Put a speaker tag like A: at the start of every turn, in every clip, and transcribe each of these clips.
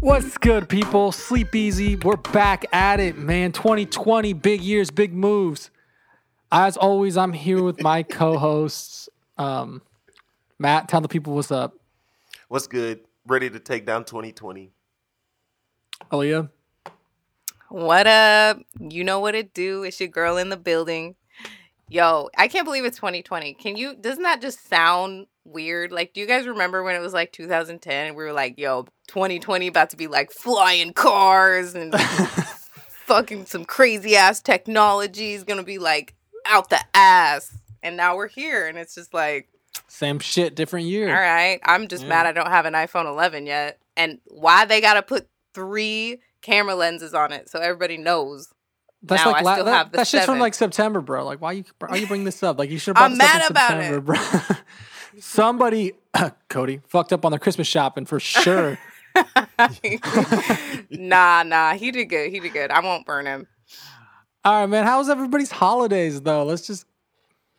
A: What's good, people? Sleep easy. We're back at it, man. 2020, big years, big moves. As always, I'm here with my co-hosts. Um, Matt, tell the people what's up.
B: What's good? Ready to take down 2020.
A: Aaliyah,
C: What up? You know what it do. It's your girl in the building. Yo, I can't believe it's 2020. Can you doesn't that just sound weird? Like, do you guys remember when it was like 2010 and we were like, yo, 2020 about to be like flying cars and fucking some crazy ass technology is gonna be like out the ass. And now we're here and it's just like,
A: same shit, different year.
C: all right, I'm just
A: Yeah.
C: mad I don't have an iPhone 11 yet. And why they gotta put three camera lenses on it so everybody knows
A: That's
C: Now
A: like
C: I still
A: that,
C: have the
A: that shit's from
C: seven.
A: like September, bro. Like, why you why you bring this up? Like, you should have brought
C: I'm
A: this up in
C: mad about
A: September, bro. Somebody, Cody, fucked up on their Christmas shopping for sure.
C: nah, nah, he did good. He did good. I won't burn him.
A: All right, man. How was everybody's holidays though? Let's just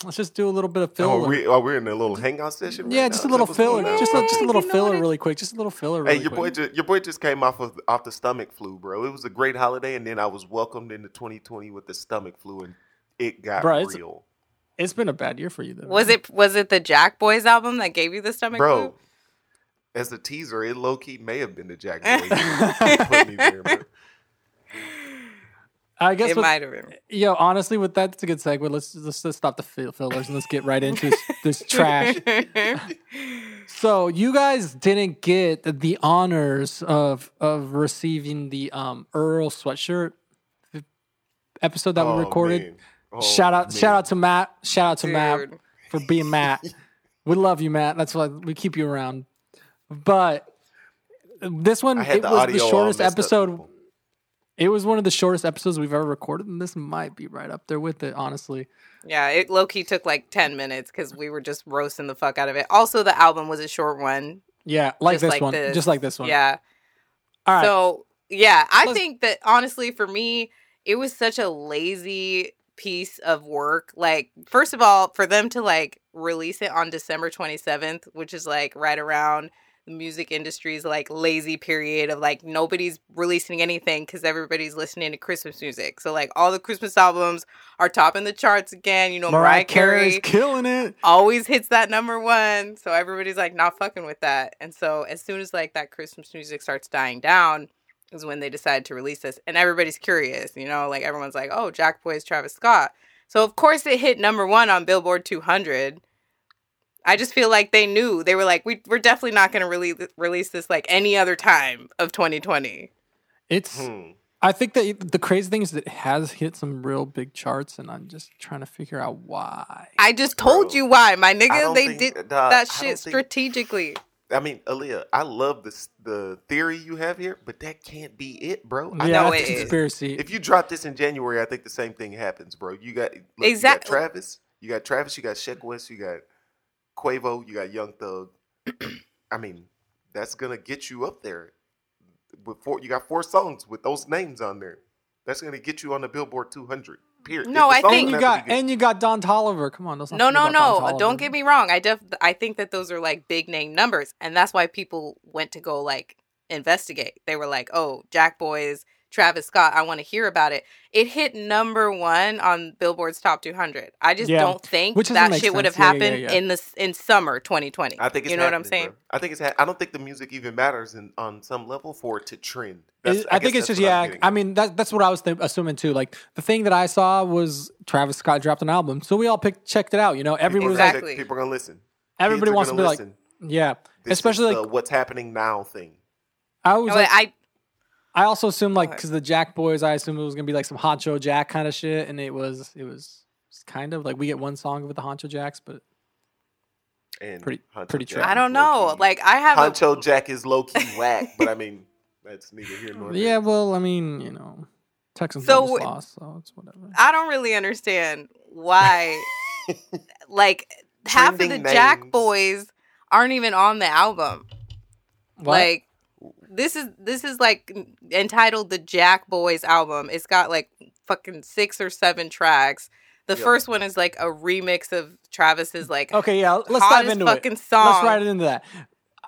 A: let's just do a little bit of filler.
B: Oh, we, oh, we're in a little hangout session.
A: Yeah,
B: right
A: just a
B: now?
A: little
B: Is that what's
A: filler.
B: going on?
A: Just a, just a
C: You
A: little
C: know
A: filler,
C: what it-
A: really quick. Just a little filler, really
B: Hey, your boy,
A: quick.
B: just, your boy just came off of off the stomach flu, bro. It was a great holiday, and then I was welcomed into 2020 with the stomach flu, and it got
A: Bro, it's-
B: real,
A: It's been a bad year for you, though.
C: Was
A: man.
C: it was it the Jack Boys album that gave you the stomach
B: bro.
C: flu?
B: As a teaser, it low key may have been the Jack Boy. You put me there, bro.
A: I guess.
C: It
A: with-
C: might have been.
A: Yo, honestly, with that, it's a good segue. Let's let's, let's stop the fill- fillers and let's get right into this, this trash. So you guys didn't get the honors of of receiving the um Earl sweatshirt episode that
B: Oh,
A: we recorded.
B: man. Oh,
A: shout out
B: man.
A: shout out to Matt. Shout out to Matt
C: Dude.
A: for being Matt. we love you, Matt. That's why we keep you around. But this one
B: I had
A: it
B: the
A: was
B: audio
A: the
B: all
A: shortest
B: messed up,
A: episode.
B: people.
A: it was one of the shortest episodes we've ever recorded, and this might be right up there with it, honestly.
C: Yeah, it low key took like ten minutes because we were just roasting the fuck out of it. Also, the album was a short one.
A: Yeah, like
C: Just
A: this
C: like
A: one.
C: this.
A: Just like this one.
C: Yeah.
A: All right.
C: So yeah, I
A: Let's-
C: think that honestly, for me, it was such a lazy piece of work. Like, first of all, for them to like release it on December 27th, which is like right around the music industry's like lazy period of like nobody's releasing anything because everybody's listening to Christmas music. So like all the Christmas albums are topping the charts again. You know, Mariah,
A: Mariah
C: Carey
A: Carey's killing it.
C: always hits that number one. So everybody's like not fucking with that. And so as soon as like that Christmas music starts dying down is when they decide to release this. And everybody's curious, you know, like everyone's like, oh, Jack Boys, Travis Scott. So of course it hit number one on Billboard 200. I just feel like they knew they were like, we, we're definitely not going to really release this like any other time of 2020.
A: It's.
B: Hmm.
A: I think that it- the crazy thing is that it has hit some real big charts, and I'm just trying to figure out why.
C: I just told
B: Bro,
C: you why, my
B: I
C: nigga.
B: don't
C: They
B: think-
C: did
B: nah, I
C: that
B: don't
C: shit
B: think-
C: strategically.
B: I mean, Aaliyah, I love this the theory you have here, but that can't be it, bro. I
A: yeah,
C: know
A: that's
C: it
A: a
C: is.
A: conspiracy.
B: If you drop this in January, I think the same thing happens, bro. You got look,
C: Exact-
B: You got Travis. You got Travis. You got Sheck West. You got Quavo. You got Young Thug. I mean, that's gonna get you up there. Before you got four songs with those names on there, that's gonna get you on the Billboard 200. Period.
C: No,
B: The
C: I
B: song
C: think-
A: and you
B: doesn't have to
A: got
B: be good.
A: and you got Don Tolliver. Come on, let's not
C: No,
A: forget
C: no,
A: about Don
C: no. Don't
A: Tolliver.
C: get me wrong. I def I think that those are like big name numbers and that's why people went to go like investigate. They were like, "Oh, Jack Boys, Travis Scott, I want to hear about it." It hit number 1 on Billboard's Top 200. I just
A: Yeah.
C: don't think
A: Which doesn't
C: that
A: make
C: shit would have
A: sense. Yeah, yeah,
C: happened
A: yeah.
C: in this in summer 2020.
B: I think it's
C: You know what I'm
B: happening,
C: saying?
B: bro. I think it's. Ha- I don't think the music even matters in, on some level for it to trend.
A: It- I,
B: guess
A: think it's
B: that's
A: just
B: what I'm
A: yeah.
B: getting
A: I
B: at.
A: mean that that's what I was th- assuming too. Like the thing that I saw was Travis Scott dropped an album, so we all picked checked it out. You know, everybody was like,
C: Exactly.
B: people are gonna listen.
A: everybody
B: Kids are
A: wants to
B: gonna
A: be like,
B: listen.
A: yeah.
B: This is
A: Especially
B: the
A: like
B: what's happening now thing.
A: I was
C: Oh,
A: like,
C: I
A: I also assumed like
C: ahead.
A: because the Jack Boys, I assumed it was gonna be like some Honcho Jack kind of shit, and it was it was it's kind of like we get one song with the Honcho Jacks, but
B: And
A: Pretty-
B: Honcho
A: pretty
B: Jack
A: true.
C: I
B: is
C: don't know.
B: low-key-
C: Like I have a
B: Honcho Jack is low key whack, but I mean that's neither here nor there.
A: yeah, well, I mean, you know, Texans
C: So
A: almost
C: w-
A: lost, so it's whatever.
C: I don't really understand why, like half of the
B: Trending
C: Jack
B: names.
C: Boys aren't even on the album.
A: What?
C: Like this is this is like entitled the Jack Boys album. It's got like fucking six or seven tracks. The
B: Yeah.
C: first one is like a remix of Travis's like
A: okay, yeah, Oh, let's
C: hottest
A: dive into it.
C: fucking song.
A: Let's write it into that.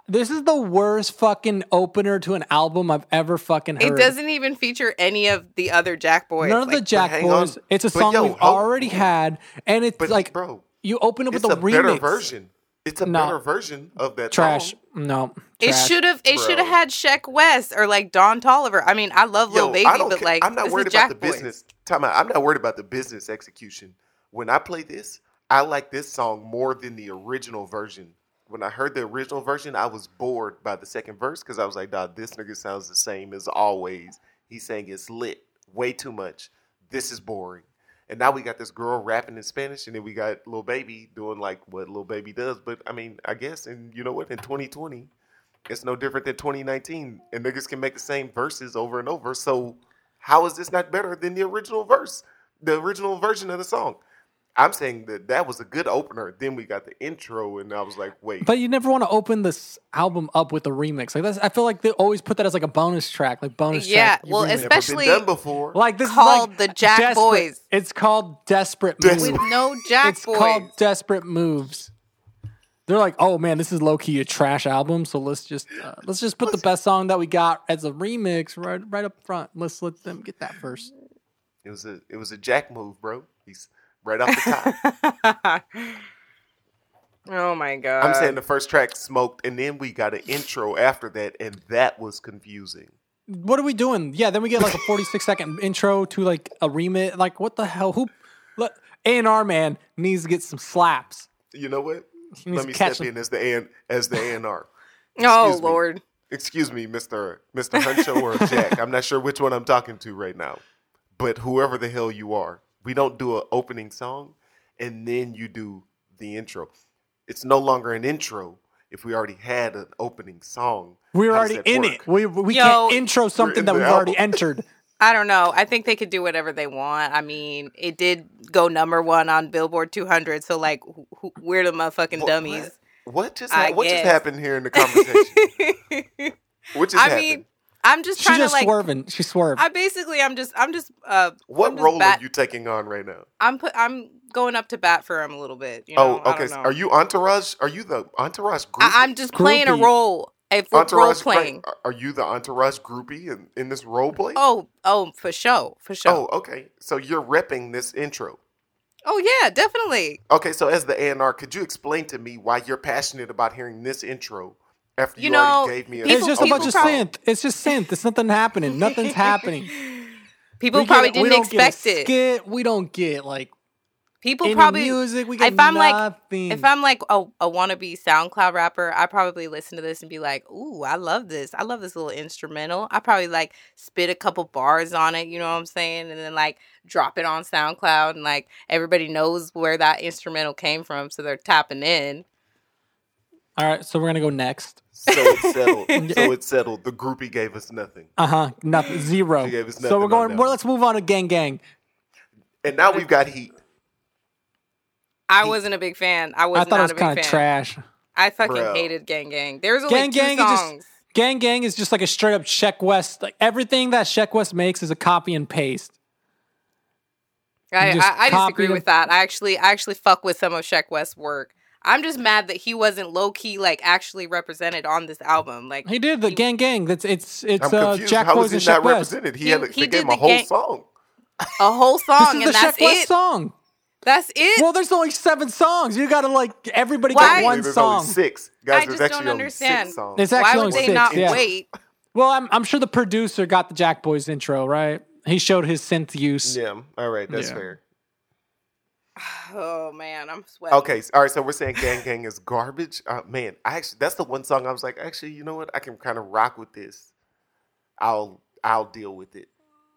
A: This is the worst fucking opener to an album I've ever fucking heard.
C: It doesn't even feature any of the other Jack Boys.
A: None of the
C: like,
A: Jack
B: hang on.
A: Boys. It's a
B: But
A: song
B: yo,
A: we've
C: oh.
B: how-
A: already had, and it's
B: But
A: like
B: bro,
A: you open up with
B: it's a,
A: remix.
B: better version. It's a
A: No.
B: better version of that
A: Trash.
B: song.
A: No.
C: Oh. It
A: trash.
C: should have. It
B: bro.
C: should have had Sheck West or like Don Tolliver. I mean, I love Lil
B: Yo,
C: Baby,
B: I don't
C: but
B: care.
C: like
B: I'm not
C: this
B: worried
C: is
B: about
C: Jack
B: the
C: Boys.
B: business. Time out. I'm not worried about the business execution. When I play this, I like this song more than the original version. When I heard the original version, I was bored by the second verse because I was like, "Nah, this nigga sounds the same as always. He's saying it's lit way too much. This is boring." And now we got this girl rapping in Spanish, and then we got Lil Baby doing like what Lil Baby does. But I mean, I guess, and you know what? In 2020, it's no different than 2019, and niggas can make the same verses over and over. So how is this not better than the original verse, the original version of the song? I'm saying that that was a good opener. Then we got the intro, and I was like, wait,
A: But you never want to open this album up with a remix. Like that's, I feel like they always put that as like a bonus track, like bonus
C: Yeah,
A: track.
C: well,
A: remix.
B: never
C: especially-
B: been done before.
A: like this
C: called
A: is like
C: the Jack
A: desperate-
C: Boys.
A: It's called desperate moves.
B: Desperate-
C: with no Jack
A: it's
C: Boys.
A: called desperate moves. They're like, oh man, this is low key a trash album. So let's just uh, let's just put the best song that we got as a remix right right up front. Let's let them get that first.
B: it was a it was a jack move, bro. He's right off the top.
C: oh my god!
B: I'm saying the first track smoked, and then we got an intro after that, and that was confusing.
A: What are we doing? Yeah, then we get like a forty six second intro to like a remix. Like what the hell? Who? A and R man needs to get some slaps.
B: You know what?
A: He needs
B: Let me
A: to catch some-
B: step in as the an as the ANR.
C: oh
B: excuse me.
C: lord,
B: excuse me, Mister Mister Huncho or Jack. I'm not sure which one I'm talking to right now, but whoever the hell you are, we don't do an opening song and then you do the intro. It's no longer an intro if we already had an opening song.
A: We're
B: How does
A: already
B: that
A: in
B: work?
A: it. We we
C: Yo,
A: can't intro something
B: in
A: that
B: the
A: we've already
B: album.
A: entered.
C: I don't know. I think they could do whatever they want. I mean, it did go number one on Billboard 200, so like, wh- wh- we're the motherfucking
B: What-
C: dummies.
B: What, what just
C: I
B: hap- what just
C: guess.
B: happened here in the conversation? what just
C: I
B: happened?
C: mean, I'm just
A: She's
C: trying
A: just
C: to like.
A: swerving. She swerved.
C: I basically, I'm just, I'm just, uh, I'm
B: what
C: just
B: role
C: bat-
B: are you taking on right now?
C: I'm put, I'm going up to bat for him a little bit. You know?
B: oh,
C: I
B: okay.
C: don't know.
B: Are you entourage? Are you the entourage group?
C: I, I'm just playing a
A: Groupie.
C: role. If we're role
B: entourage right.
C: playing.
B: Are- Are you the entourage groupie in, in this role play?
C: Oh, oh, for sure, for sure.
B: Oh,
C: Oh,
B: okay. So you're repping this intro.
C: yeah, definitely.
B: Okay, so as the ANR, could you explain to me why you're passionate about hearing this intro after you,
C: You know,
B: already gave me a
A: it's
C: people-
A: just a bunch of
C: people
A: synth. It's just synth. It's nothing happening. Nothing's happening.
C: People
A: We get-
C: probably
A: we
C: didn't
A: don't get a
C: expect it.
A: Skit. We don't get like
C: People
A: any
C: probably.
A: music. We get
C: if I'm like-
A: nothing.
C: If I'm like a, a wannabe SoundCloud rapper, I probably listen to this and be like, "Ooh, I love this! I love this little instrumental." I probably like spit a couple bars on it, you know what I'm saying, and then like drop it on SoundCloud, and like everybody knows where that instrumental came from, so they're tapping in.
A: All right, so we're gonna go next.
B: So it's settled. so it's settled. The groupie gave us nothing.
A: Uh huh. Nothing. Zero.
B: She gave us
A: so
B: nothing
A: we're
B: on
A: going.
B: that
A: Well,
B: one.
A: let's move on to Gang Gang.
B: And now we've got heat.
C: I wasn't a big fan. I was
A: I thought it
C: not
A: was
C: a big
A: kind
C: fan.
A: of trash.
C: I fucking
B: Bro.
C: hated Gang Gang. There's only
A: Gang
C: two
A: Gang. It
C: songs.
A: just Gang Gang is just like a straight up Sheck West. Like everything that Sheck West makes is a copy and paste.
C: I,
A: just
C: I, I
A: copied
C: disagree
A: him.
C: with that. I actually I actually fuck with some of Sheck West's work. I'm just mad that he wasn't low key like actually represented on this album. Like
A: He did the Gang Gang. That's it's it's
B: I'm
A: uh,
B: confused.
A: Jack
B: How
A: Boys and
B: is he
A: Sheck
B: not
A: West.
B: represented? He,
C: He-
B: had a,
C: he
B: they gave
C: did
B: him a
C: the
B: whole
C: gang-
B: song.
C: a whole
A: This
C: song
A: is
C: and
A: the
C: that's
A: Sheck West
C: it.
A: song.
C: That's it.
A: Well, there's only seven songs. You gotta like everybody
C: Why-
A: got
B: Wait,
A: one
B: there's
A: song.
B: Only six guys.
C: I
B: there's
C: just
B: actually only
C: don't understand.
B: Six songs.
A: It's
C: Why
A: actually
C: would
A: only
C: they
A: six,
C: not
A: yeah.
C: wait?
A: Well, I'm I'm sure the producer got the Jack Boys intro right. He showed his synth use.
B: yeah. All right. That's
A: Yeah.
B: fair.
C: Oh man, I'm sweating.
B: Okay. s- All right. So we're saying Gang Gang is garbage. Uh, man, I actually that's the one song I was like, actually, you know what? I can kind of rock with this. I'll I'll deal with it.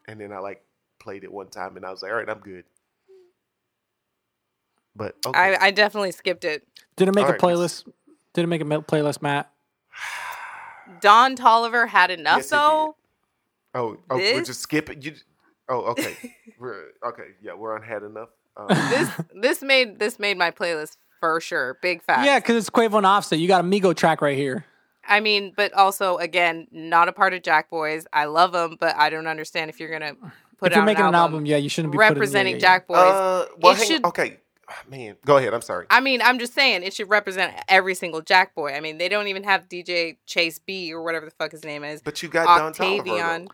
B: And then I like played it one time, and I was like, all right, I'm good. But okay.
C: I, I definitely skipped it.
A: Did it make a
B: Alright,
A: playlist? Did it make a mil- playlist, Matt?
C: Don Tolliver had enough
B: Yes, he
C: though.
B: oh, oh we're
C: this-
B: just skipping. You. Oh, okay. we're, okay. Yeah, we're on had enough. Um,
C: This this made this made my playlist for sure. Big fact.
A: Yeah, because it's Quavo and Offset. You got a Migo track right here.
C: I mean, but also again, not a part of Jack Boys. I love them, but I don't understand if you're gonna
A: if
C: put out
A: you're making
C: an
A: an album, yeah, you shouldn't be putting- yeah,
C: representing
A: yeah, yeah.
C: Jack Boys.
B: uh, well,
C: it
B: hang,
C: should-
B: okay. man, go ahead. I'm sorry.
C: I mean, I'm just saying it should represent every single Jack boy. I mean, they don't even have DJ Chase B or whatever the fuck his name is.
B: But you got Don Toliver.
C: Octavian.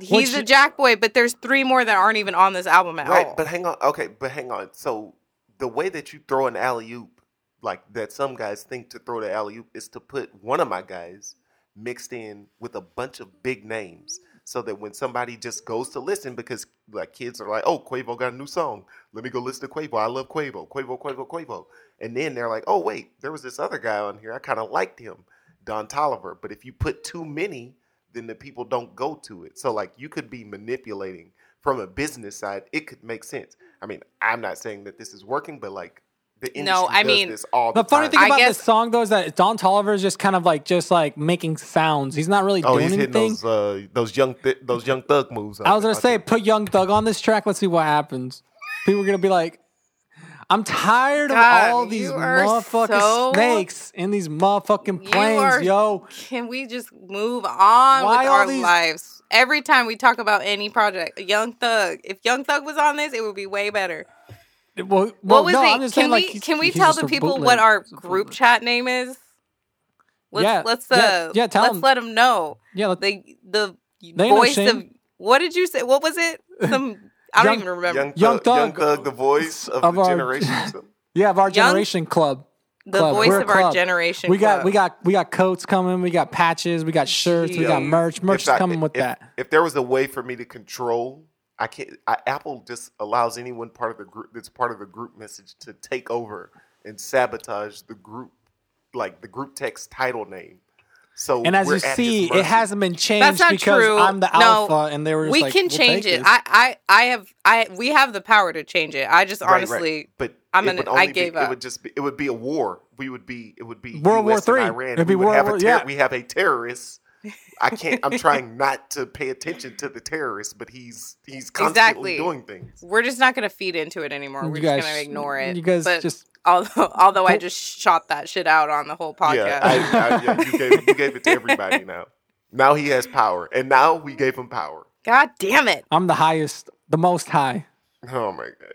C: He's
A: Which-
C: a Jack boy, but there's three more that aren't even on this album at
B: though. Right,
C: all.
B: but hang on. Okay, but hang on. So the way that you throw an alley oop, like that some guys think to throw the alley oop is to put one of my guys mixed in with a bunch of big names. So that when somebody just goes to listen, because like kids are like, "Oh, Quavo got a new song. Let me go listen to Quavo. I love Quavo. Quavo, Quavo, Quavo." And then they're like, "Oh, wait, there was this other guy on here. I kind of liked him, Don Tolliver." But if you put too many, then the people don't go to it. So like, you could be manipulating from a business side. It could make sense. I mean, I'm not saying that this is working, but like the industry
C: No, I
B: does
C: mean-
B: this all the,
A: The funny
B: time.
A: thing
C: I
A: about
C: guess-
A: this song though is that Don Tolliver is just kind of like just like making sounds. He's not really
B: oh,
A: doing
B: he's hitting
A: anything.
B: those uh, those young th- those young thug moves.
A: I was gonna
B: on
A: say
B: there.
A: put Young Thug on this track. Let's see what happens. People are gonna be like, I'm tired
C: God,
A: of all these
C: you are
A: motherfucking
C: so-
A: snakes in these motherfucking
C: You
A: planes,
C: are-
A: yo.
C: Can we just move on
A: Why
C: with
A: all
C: our
A: these-
C: lives? Every time we talk about any project, Young Thug. If Young Thug was on this, it would be way better.
A: Well, well,
C: what was
A: no,
C: it?
A: I'm just
C: can
A: saying,
C: we
A: like, he's-
C: can we
A: he's
C: tell
A: just
C: the
A: a
C: people what
A: bootleg.
C: our
A: He's a
C: group
A: bootleg.
C: chat name is? Let's
A: Yeah,
C: let's
A: yeah,
C: uh
A: yeah, tell
C: let's
A: 'em.
C: let them know
A: Yeah, let-
C: the the
A: no
C: voice
A: shame.
C: of what did you say? What was it? Some I don't
A: Young-
C: even remember.
B: Young,
A: Young
B: thug, young
A: Thug,
B: Thug, the voice of,
A: of
B: the
A: our-
B: generation.
A: yeah, of our
C: Young-
A: generation club.
C: the
A: Club.
C: voice
A: We're a
C: of our
A: club.
C: generation.
A: We got
C: club.
A: we got we got coats coming. We got patches. We got shirts. We got
C: Jeez.
A: merch. Merch
B: If
A: is
B: I-
A: coming with
B: if-
A: that.
B: If there was a way for me to control, I can't. I, Apple just allows anyone part of the group that's part of the group message to take over and sabotage the group, like the group text title name. So
A: And as
B: we're
A: you
B: at his
A: see,
B: mercy.
A: it hasn't been changed
C: not
A: because
C: true.
A: I'm the
C: No,
A: alpha, and they were. Just
C: we
A: like,
C: can
A: "We'll
C: change
A: take
C: it.
A: this."
C: I, I I have I we have the power to change it. I just
B: Right, right.
C: honestly
B: But
C: I'm
B: it
C: an-
B: would
C: I
B: only
C: gave
B: be,
C: up.
B: It would just be. It would be a war. We would be. It would be
A: World War
B: US
A: III.
B: And Iran.
A: It'd be
B: we would
A: World
B: have
A: War-
B: a ter-
A: yeah.
B: We have a terrorist. I can't. I'm trying not to pay attention to the terrorist, but he's he's constantly
C: Exactly.
B: doing things.
C: we're just not gonna feed into it anymore. We're
A: You
C: just
A: guys-
C: gonna ignore it.
A: You guys
C: but
A: just
C: although although I
A: Don't-
C: just shot that shit out on the whole podcast.
B: Yeah, I, I, yeah you, gave, you gave it to everybody now. Now he has power, and now we gave him power.
C: God damn it.
A: I'm the highest, the most high.
B: Oh my god!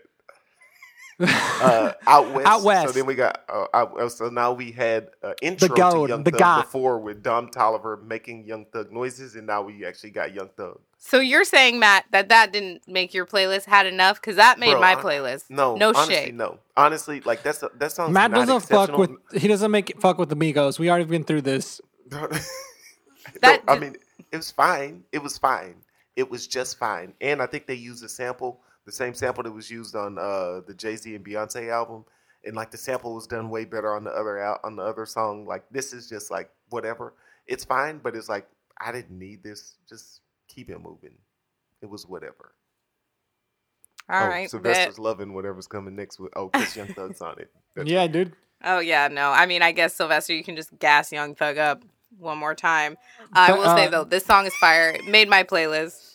B: Uh, out west.
A: Out west.
B: So then we got. Uh, out west. So now we had uh, intro
A: goat,
B: to Young
A: the
B: Thug
A: god.
B: before with Dom Tolliver making Young Thug noises, and now we actually got Young Thug.
C: So you're saying Matt that that didn't make your playlist had enough because that made
B: Bro,
C: my
B: I-
C: playlist.
B: No,
C: No
B: honestly,
C: shade.
B: No, honestly, like that's that sounds.
A: Matt
B: not
A: doesn't fuck
B: exceptional.
A: with. He doesn't make it fuck with the Migos. We already been through this.
B: No,
C: That
B: I
C: did-
B: mean, it was fine. It was fine. It was just fine. And I think they used a sample, the same sample that was used on uh, the Jay Z and Beyonce album, and like the sample was done way better on the other out on the other song. Like this is just like whatever. It's fine, but it's like I didn't need this. Just keep it moving. It was whatever.
C: All
B: oh,
C: right.
B: Sylvester's
C: bet.
B: loving whatever's coming next with oh, Chris Young Thug's on it. That's-
A: Yeah, dude.
C: Oh yeah, no. I mean, I guess Sylvester, you can just gas Young Thug up one more time. I
A: But,
C: will say
A: uh,
C: though, this song is fire. It made my playlist.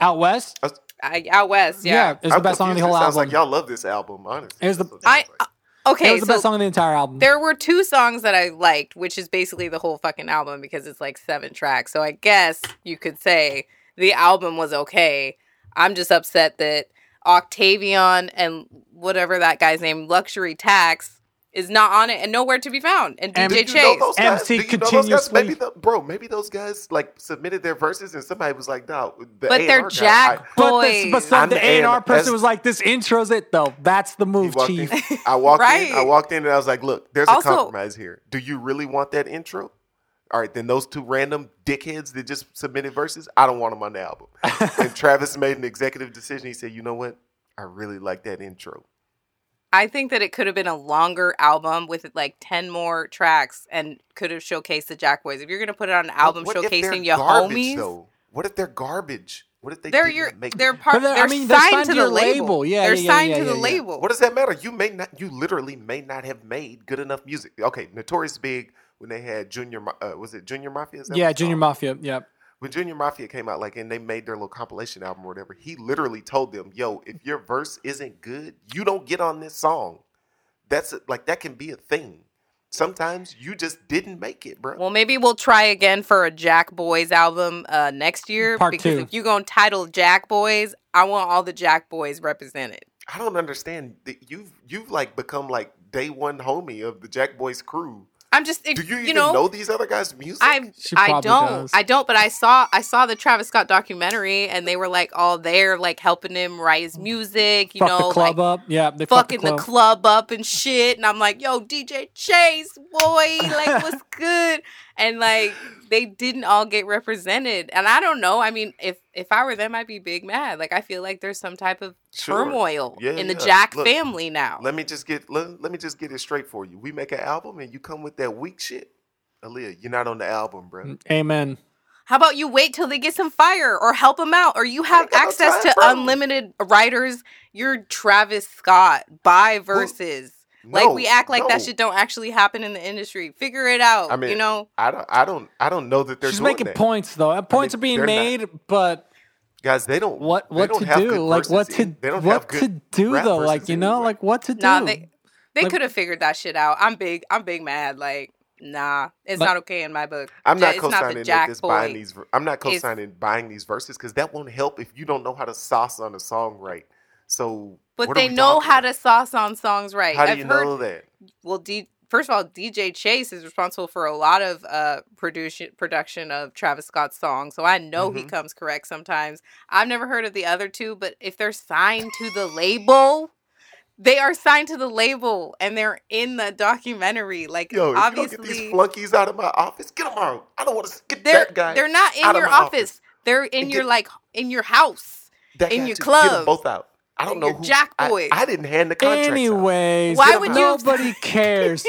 A: Out west.
C: I, out west, yeah.
A: it's the
B: I'm
A: best song on the
B: confused. It
A: whole
B: sounds
A: album.
B: Like y'all love this album, honestly.
A: It was the-
B: That's what it
C: I uh,
B: sounds like.
A: it
C: okay.
A: was the best
C: so
A: song on the entire album.
C: there were two songs that I liked, which is basically the whole fucking album because it's like seven tracks. So I guess you could say the album was okay. I'm just upset that Octavian and whatever that guy's name, Luxury Tax, is not on it and nowhere to be found. And
A: And-
C: DJ
B: Did you know
C: Chase.
B: those guys?
A: MC
B: Did you know those guys? Maybe
A: continuously-
B: the, bro, maybe those guys like submitted their verses and somebody was like, "No." The
C: But they're
B: A&R guy,
C: Jack
B: I-
A: but
C: boys.
A: the, but some,
B: I'm
A: the
B: the
A: A and R
B: A&R.
A: person
B: That's-
A: was like, "This intro's it, though. That's the
B: he
A: move,
B: walked
A: chief."
B: in- I walked
C: Right.
B: in. I walked in and I was like, "Look, there's
C: Also-
B: a compromise here. Do you really want that intro?" All right, then those two random dickheads that just submitted verses, I don't want them on the album. and Travis made an executive decision. He said, "You know what? I really like that intro."
C: I think that it could have been a longer album with like 10 more tracks and could have showcased the Jack Boys. If you're going to put it on an album
B: What if they're
C: showcasing your
B: garbage,
C: homies,
B: Though? What if they're garbage? What if they
C: they're
B: did
C: your
B: not make
C: they're part
A: But
C: they're,
A: they're- I mean, they're
C: signed, to the
A: your
C: label.
A: label. Yeah,
C: they're
A: yeah, yeah,
C: signed
A: yeah,
C: to the
A: yeah, yeah.
C: label.
B: What does that matter? You may not. You literally may not have made good enough music. Okay, Notorious Big when they had Junior. Ma- Uh, was it Junior Mafia? Is that what
A: yeah,
B: it's
A: Junior
B: called?
A: Mafia. Yeah,
B: When Junior Mafia came out, like, and they made their little compilation album or whatever, he literally told them, "Yo, if your verse isn't good, you don't get on this song." That's a, like that can be a thing. Sometimes you just didn't make it, bro.
C: Well, maybe we'll try again for a Jack Boys album uh, next year.
A: Part
C: because
A: two.
C: if you're gonna title Jack Boys, I want all the Jack Boys represented.
B: I don't understand. that You've you've like become like day one homie of the Jack Boys crew.
C: I'm just
B: Do you, even
C: know,
B: know, these other guys' music?
C: I
A: She
C: I
A: probably
C: don't
A: does.
C: I don't but I saw I saw the Travis Scott documentary and they were like all there like helping him write his music you
A: fuck
C: know
A: the club
C: like
A: up. Yeah, they fuck
C: fucking the club up and shit and I'm like yo DJ Chase boy like what's good and like they didn't all get represented and I don't know I mean if if I were them I'd be big mad like I feel like there's some type of
B: Sure.
C: turmoil
B: Yeah,
C: in the
B: yeah.
C: Jack
B: Look,
C: family now
B: Let me just get let, let me just get it straight for you. We make an album and you come with that weak shit. Aaliyah, you're not on the album,
C: Mm,
B: bro.
A: Amen.
C: How about you wait till they get some fire or help them out or you have
B: ain't got no
C: access
B: time,
C: to
B: bro.
C: unlimited writers? You're Travis Scott by verses. like we act like that shit don't actually happen in the industry. Figure it out.
B: I mean,
C: you know,
B: I don't I don't I don't know that they're
A: She's
B: doing
A: making
B: that.
A: points though. Uh, Points
B: mean,
A: are being
B: they're not-
A: made, but
B: Guys, they don't
A: what
B: they
A: what
B: don't
A: to
B: have good
A: do? Like what
B: verses
A: to
B: in- they don't have
A: what
B: good
A: to do
B: rap E,
A: though? Like
B: verses
A: you know,
B: anyway.
A: like what to do?
C: nah, they they
A: Like-
C: could have figured that shit out. I'm big. I'm big mad. Like, nah, it's
A: But-
C: not okay in my book.
B: I'm
C: Ja-
B: not
C: it's not the
B: co-signing
C: Jack
B: that this buying
C: boy.
B: these. ver- I'm not
C: It's-
B: co-signing buying these verses because that won't help if you don't know how to sauce on a song right. So,
C: But
B: what are
C: they
B: we
C: know
B: talking
C: how
B: about?
C: to sauce on songs right.
B: How do
C: I've
B: you
C: heard
B: know that?
C: well, D- first of all, DJ Chase is responsible for a lot of uh production production of Travis Scott's songs, so I know he
A: Mm-hmm.
B: Mhm.
C: comes correct sometimes. I've never heard of the other two, but if they're signed to the label, they are signed to the label and they're in the documentary. Like
B: Yo, if
C: obviously,
B: you don't get these flunkies out of my office, get them out. I don't want to get
C: they're
B: that guy.
C: they're not in
B: out of
C: your
B: my
C: office.
B: office.
C: They're in
B: And
C: your
B: get-
C: like in your house.
B: that
C: in
B: guy
C: your
B: too. Get 'em
C: club.
B: both out. I don't
C: In
B: know
C: your
B: who.
C: Jack
B: I-
C: boys.
B: I, didn't hand the contract.
A: Anyways,
C: Why
B: Get 'em
C: would
B: out.
C: you-
A: Nobody cares.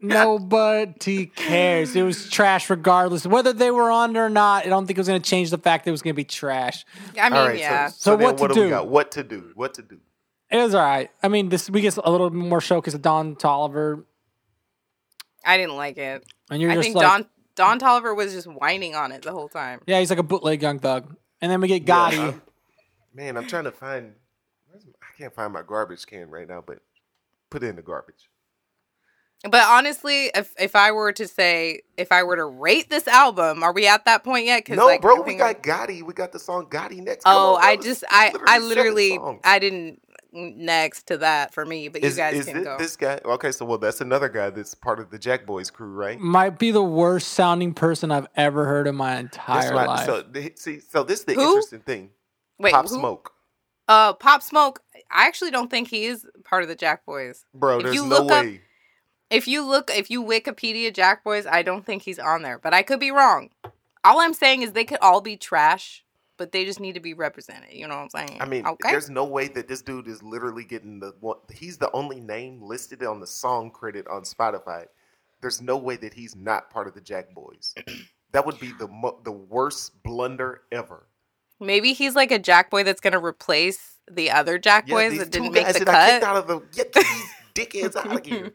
A: Nobody cares. It was trash, regardless whether they were on it or not. I don't think it was going to change the fact that it was going to be trash.
C: I mean,
B: All right,
C: yeah.
B: So, so,
A: So
B: then
A: what
B: what
A: to
B: do we
A: do?
B: got? What to do? What to do?
A: It was all right. I mean, this we get a little more show because of Don Tolliver,
C: I didn't like it.
A: and you're
C: I
A: just
C: think
A: like,
C: Don Don Tolliver was just whining on it the whole time.
A: yeah, he's like a bootleg young thug. And then we get Gotti.
B: Yeah, I'm- man, I'm trying to find. where's my- I can't find my garbage can right now, but put it in the garbage.
C: But honestly, if if I were to say, if I were to rate this album, are we at that point yet?
B: No,
C: like, I
B: bro, we
C: think-
B: got Gotti. We got the song Gotti next. Come
C: Oh,
B: on, bro,
C: I
B: this
C: just
B: is
C: I I
B: seven
C: literally
B: songs.
C: I didn't next to that for me. But you
B: is,
C: guys
B: is
C: can
B: thi-
C: go.
B: this guy okay? So well, that's another guy that's part of the Jack Boys crew, right?
A: Might be the worst sounding person I've ever heard in my
B: That's
A: entire
B: why-
A: life.
B: So th- see, so this is the
C: Who?
B: interesting thing.
C: Wait,
B: Pop
C: who?
B: Smoke,
C: Uh, Pop Smoke. I actually don't think he is part of the Jack Boys.
B: bro.
C: If
B: There's
C: you
B: no
C: look up-
B: way.
C: If you look, if you Wikipedia Jack Boys, I don't think he's on there. But I could be wrong. All I'm saying is they could all be trash, but they just need to be represented. You know what I'm saying?
B: I mean,
C: okay.
B: there's no way that this dude is literally getting the one. He's the only name listed on the song credit on Spotify. There's no way that he's not part of the Jack Boys. that would be the mo- the worst blunder ever.
C: Maybe he's like a Jack Boy that's gonna replace the other Jack Boys
B: these
C: that
B: two
C: didn't make
B: guys
C: the
B: that I kicked
C: cut.
B: out of the get these dickheads out of here.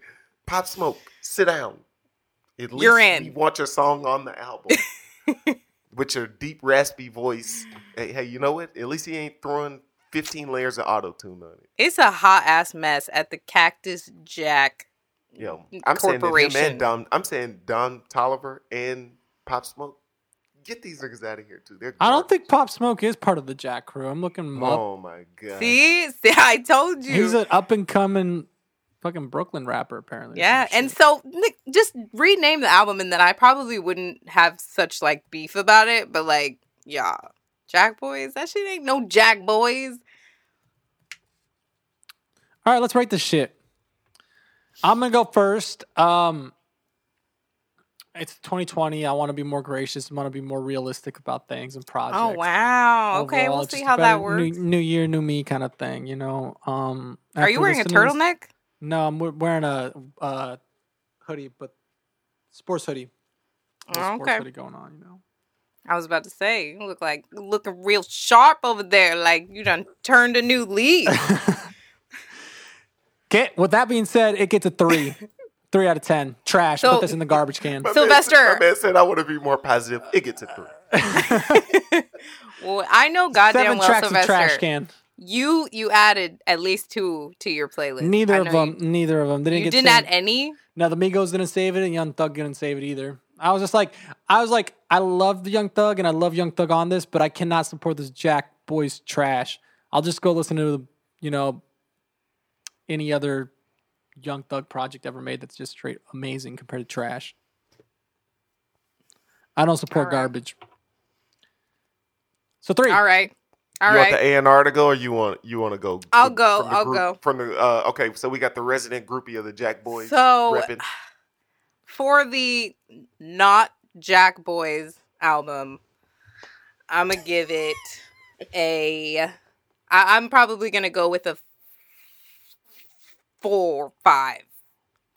B: Pop Smoke, sit down. At least
C: You're in.
B: we want your song on the album with your deep raspy voice. Hey, hey, you know what? At least he ain't throwing 15 layers of auto tune on it.
C: It's a hot ass mess at the Cactus Jack.
B: Yo, I'm saying that him
C: Mm, Corporation.
B: and Dom. I'm saying Don Tolliver and Pop Smoke. Get these niggas out of here too. They're
A: I don't
B: garbage.
A: think Pop Smoke is part of the Jack crew. I'm looking him up.
B: Oh my god.
C: See, see, I told you.
A: He's an up and coming fucking Brooklyn rapper, apparently. or
C: yeah,
A: some
C: and
A: shit.
C: so Nick, just rename the album, and then I probably wouldn't have such like beef about it. But like, yeah, Jack Boys, that shit ain't no Jack Boys.
A: all right, let's rate this shit. I'm gonna go first. Um, it's 2020. I want to be more gracious. I want to be more realistic about things and projects.
C: Oh wow. Okay,
A: Overall,
C: we'll
A: just
C: see
A: a
C: how that
A: better
C: works.
A: New, new year, new me kind of thing, you know. Um,
C: Are you
A: after
C: wearing a
A: listening to this-
C: turtleneck?
A: No, I'm we- wearing a uh, hoodie, but sports hoodie. There's a
C: Oh,
A: sports
C: okay.
A: hoodie going on, you know.
C: I was about to say, you look like looking real sharp over there, like you done turned a new leaf.
A: Get with that being said, it gets a three, three out of ten. Trash.
C: So-
A: Put this in the garbage can.
B: My man said-
C: Sylvester. Uh,
B: my man said I want to be more positive. It gets a three.
C: well, I know goddamn
A: Seven
C: well,
A: tracks of
C: Sylvester.
A: trash can.
C: You you added at least two to your playlist.
A: Neither
C: I
A: of
C: know
A: them. Neither of them. They
C: You,
A: didn't
C: you
A: get
C: didn't add
A: saved.
C: any.
A: No, the Migos didn't save it, and Young Thug didn't save it either. I was just like, I was like, I love the Young Thug, and I love Young Thug on this, but I cannot support this Jack Boys trash. I'll just go listen to the you know, any other Young Thug project ever made that's just straight amazing compared to trash. I don't support
C: All right.
A: garbage. So three.
C: All right. All
B: you
C: right.
B: want the A and R to go, or you want you want to go?
C: I'll
B: from-
C: go,
B: from the
C: I'll
B: group-
C: go.
B: From the uh, okay, so we got the resident groupie of the Jack Boys.
C: So
B: repping.
C: for the not Jack Boys album, I'm gonna give it a. I, I'm probably gonna go with a four five.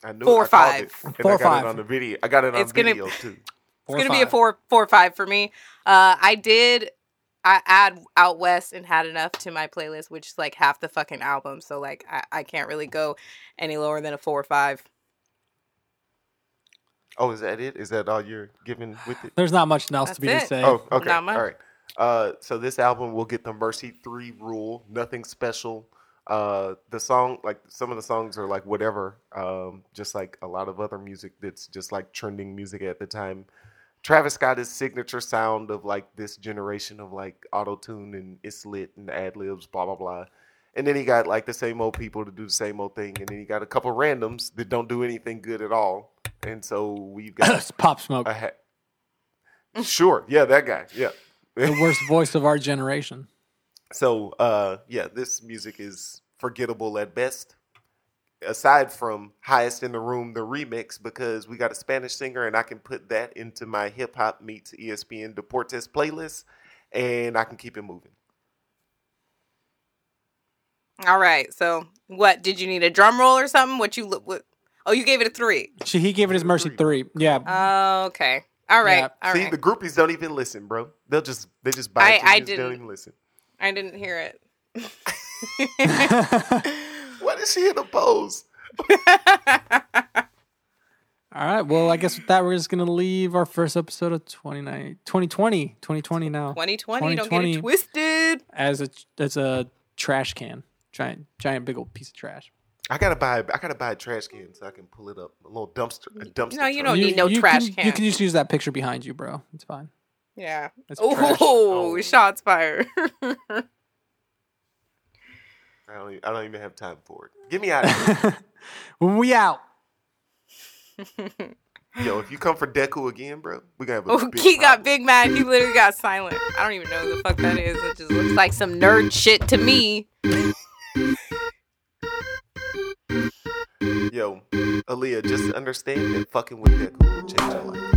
B: I knew
C: four
B: I called
C: five.
B: it, and
A: Four
B: I got
A: five.
B: it on the video. I got it on
C: It's gonna-
B: video too.
A: Four,
C: it's gonna be a
A: five.
C: four four five for me. Uh, I did I add Out West and Had Enough to my playlist, which is like half the fucking album. So like I, I can't really go any lower than a four or five.
B: Oh, is that it? Is that all you're giving with it?
A: There's not much else
C: That's
A: to be to
C: it.
A: say.
B: Oh, okay.
C: Not much.
B: All right. Uh, so this album will get the Mercy Three rule. Nothing special. Uh, the song, like some of the songs, are like whatever. Um, just like a lot of other music that's just like trending music at the time. Travis Scott's signature sound of like this generation of like auto tune and it's lit and ad libs, blah blah blah. And then he got like the same old people to do the same old thing, and then he got a couple randoms that don't do anything good at all. And so we've got
A: It's Pop Smoke,
B: I ha- sure. Yeah, that guy. Yeah.
A: the worst voice of our generation.
B: So, uh, yeah, this music is forgettable at best. Aside from highest in the room, the remix, because we got a Spanish singer, and I can put that into my hip hop meets E ESPN Deportes playlist, and I can keep it moving.
C: All right. So what did you need a drum roll or something? What you lo- what? Oh, you gave it a three.
A: She, he gave it his mercy three. Yeah.
C: Oh, okay. All right.
A: Yeah.
C: All
B: See,
C: right.
B: the groupies don't even listen, bro. They'll just they just buy.
C: I-
B: it,
C: I
B: they just
C: didn't.
B: don't even listen.
C: I didn't hear it.
B: What is she in a pose?
A: All right. Well, I guess with that, we're just going to leave our first episode of 29 2020, 2020 now
C: 2020, Don't get
A: 2020.
C: it twisted.
A: as a, as a trash can. Giant, giant, big old piece of trash.
B: I gotta buy I gotta buy a trash can so I can pull it up a little dumpster a dumpster.
C: No, Oh, you
B: truck.
C: don't need no trash
A: can,
C: can.
A: You can just use that picture behind you, bro. It's fine.
C: Yeah.
A: It's trash.
C: Oh,
B: Oh.
C: shots fired.
B: I don't, e- I don't even have time for it. Get me out of
A: we out.
B: here. Yo, if you come for Deku again, bro, we gonna have a
C: Oh,
B: big
C: he got
B: problem.
C: big mad. He literally got silent. I don't even know who the fuck that is. It just looks like some nerd shit to me.
B: Yo, Aaliyah, just understand that fucking with Deku will change your life.